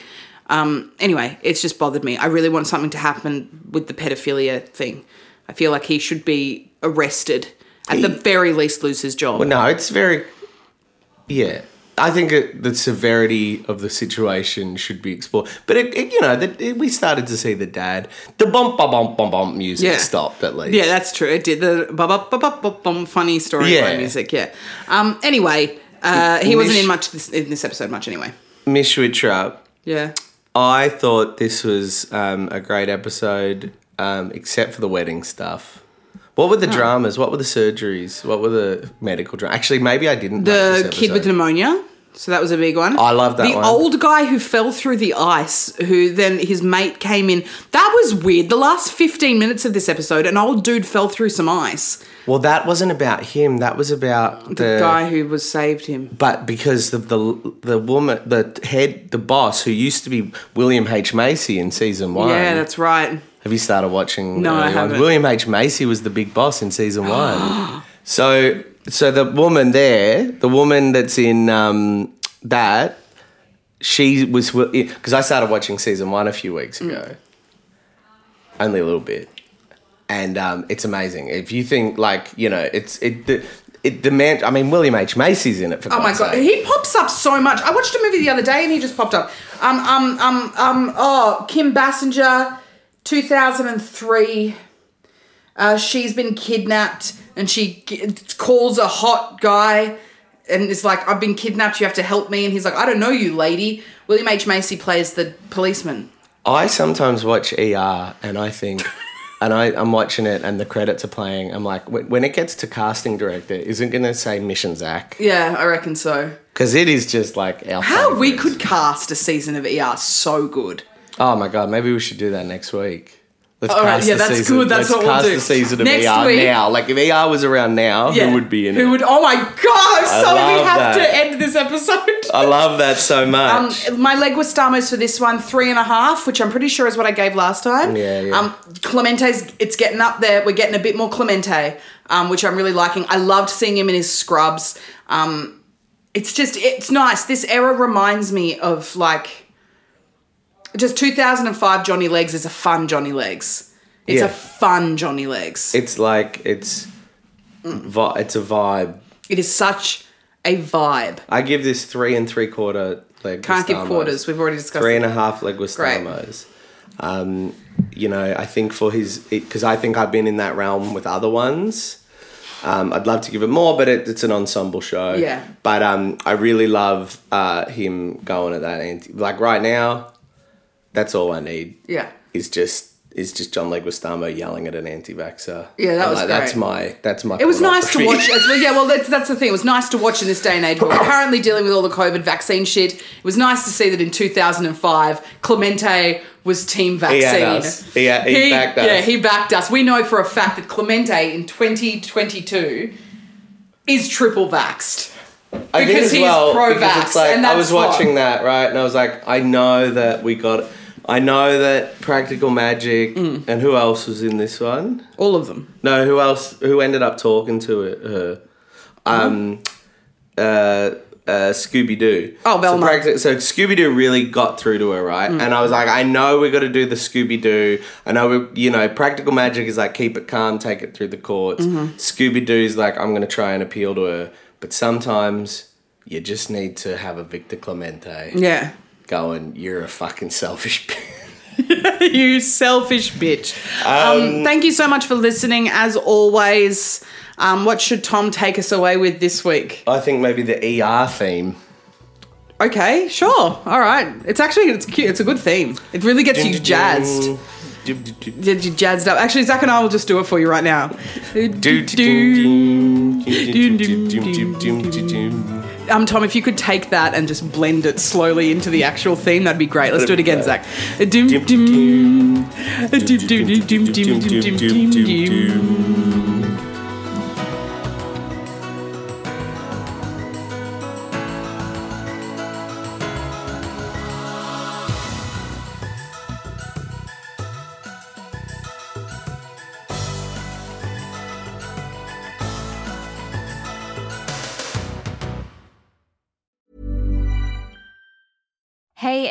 S2: Um, anyway, it's just bothered me. I really want something to happen with the pedophilia thing. I feel like he should be arrested. At the very least, lose his job.
S3: Well, no, it's very. Yeah, I think it, the severity of the situation should be explored. But it, it you know, that it, we started to see the dad, the bump, bump, bump, bump, bump music
S2: Yeah.
S3: stopped at least.
S2: Yeah, that's true. It did the ba ba ba ba ba bum funny story
S3: Yeah.
S2: yeah. music. Yeah. Um. Anyway, uh, he wasn't in
S3: Mish-
S2: much this, in this episode much anyway.
S3: Mish Wittrup,
S2: Yeah.
S3: I thought this was um, a great episode, um, except for the wedding stuff. What were the dramas? What were the surgeries? What were the medical dramas? Actually, maybe I didn't. like
S2: The
S3: this
S2: kid with
S3: episode.
S2: pneumonia. So that was a big one.
S3: I love that
S2: The
S3: one.
S2: old guy who fell through the ice, who then his mate came in. That was weird. The last fifteen minutes of this episode, an old dude fell through some ice.
S3: Well, that wasn't about him. That was about the,
S2: The guy who was saved him.
S3: But because of the the woman, the head, the boss who used to be William H Macy in season one.
S2: Yeah, that's right.
S3: Have you started watching?
S2: No, I
S3: early ones?
S2: haven't.
S3: William H Macy was the big boss in
S2: (gasps)
S3: season one. so, so the woman there, the woman that's in um, that, she was because I started watching season one a few
S2: Mm.
S3: weeks ago, only a little bit, and um, it's amazing. If you think like you know, it's it. The, it, the man, I mean, William H. Macy's in it for
S2: Oh my
S3: God's
S2: god,
S3: sake.
S2: he pops up so much. I watched a movie the other day and he just popped up. Um, um, um, um. Oh, Kim Bassinger, two thousand and three. Uh, she's been kidnapped and she g- calls a hot guy and is like, "I've been kidnapped. You have to help me." And he's like, "I don't know you, lady." William H Macy plays the policeman.
S3: I sometimes watch ER and
S2: (laughs)
S3: I think, and I, I'm watching it and the credits are playing. I'm like, when, when it gets to casting director, isn't going to say Mission Zach
S2: Yeah, I reckon so.
S3: because it is just like our.
S2: How we
S3: favourites.
S2: could cast a season of ER so good.
S3: Oh my god, maybe we should do that next week. Let's
S2: All right, yeah,
S3: the
S2: that's
S3: season-
S2: good, that's
S3: let's
S2: what we'll
S3: cast
S2: do.
S3: the season of
S2: Next
S3: ER
S2: week-
S3: now. Like if ER was around now, who would be in
S2: Who
S3: it?
S2: would? Oh my god! I'm
S3: I
S2: sorry, we
S3: love
S2: have
S3: that.
S2: to end this episode. (laughs)
S3: I love that so
S2: Um,
S3: much.
S2: my leg was Stamos for this one, three and a half, which I'm pretty sure is what I gave last time.
S3: Yeah, yeah.
S2: Um, Clemente's, it's getting up there. We're getting a bit more Clemente, um, which I'm really liking. I loved seeing him in his scrubs. Um, it's just, it's nice. This era reminds me of like, just 2005 Johnny Legs is a fun Johnny Legs. It's
S3: Yeah.
S2: a fun Johnny Legs.
S3: it's like it's, vi- it's a vibe.
S2: it is such a vibe.
S3: I give this three and three quarter leg.
S2: Can't give
S3: Stamos.
S2: quarters. We've already discussed
S3: three
S2: it.
S3: and a half leguistamos. Um, you know, I think for his because I think I've been in that realm with other ones. Um, I'd love to give it more, but it, it's an ensemble show.
S2: Yeah.
S3: But um, I really love uh, him going at that. Anti- like right now, that's all I need.
S2: Yeah.
S3: Is just is just John Leguistamo yelling at an anti-vaxer.
S2: Yeah, that was
S3: That's
S2: great.
S3: my that's my.
S2: It was nice to
S3: pornography.
S2: watch. As well, yeah, well, that's, that's the thing. It was nice to watch in this day and age. We're currently dealing with all the COVID vaccine shit. It was nice to see that in 2005, Clemente was team vaccine.
S3: had us. He had- he backed us.
S2: Yeah, he backed us. We know for a fact that Clemente in 2022 is triple vaxxed.
S3: I think
S2: Because
S3: as
S2: he's
S3: well,
S2: pro-vax,
S3: because it's like
S2: and
S3: I
S2: that's
S3: was
S2: what-
S3: watching that right, and I was like, I know that we got, I know that Practical Magic,
S2: Mm.
S3: and who else was in this one?
S2: All of them.
S3: No, who else? Who ended up talking to it, her? Um, uh, uh, Scooby Doo.
S2: Oh, Velma.
S3: So, practi- so Scooby Doo really got through to her, right? And I was like, I know we got to do the Scooby Doo. I know we, you know, Practical Magic is like keep it calm, take it through the courts. Scooby Doo's like, I'm gonna try and appeal to her, but sometimes. You just need to have a Victor Clemente
S2: Yeah.
S3: going, You're a fucking selfish bitch.
S2: you selfish bitch. Um, thank you so much for listening. As always, um, what should Tom take us away with this week?
S3: I think maybe the ER theme.
S2: Okay, sure. All right. It's actually it's cute. It's a good theme. It really gets you jazzed. Did you jazzed up? Actually, Zach and I will just do it for you right now. Um, Tom, if you could take that and just blend it slowly into the actual theme, that'd be great. Let's do it again, Zach. Doom, doom. Doom, doom, doom, doom, doom, doom, doom, doom, doom.
S6: Hey,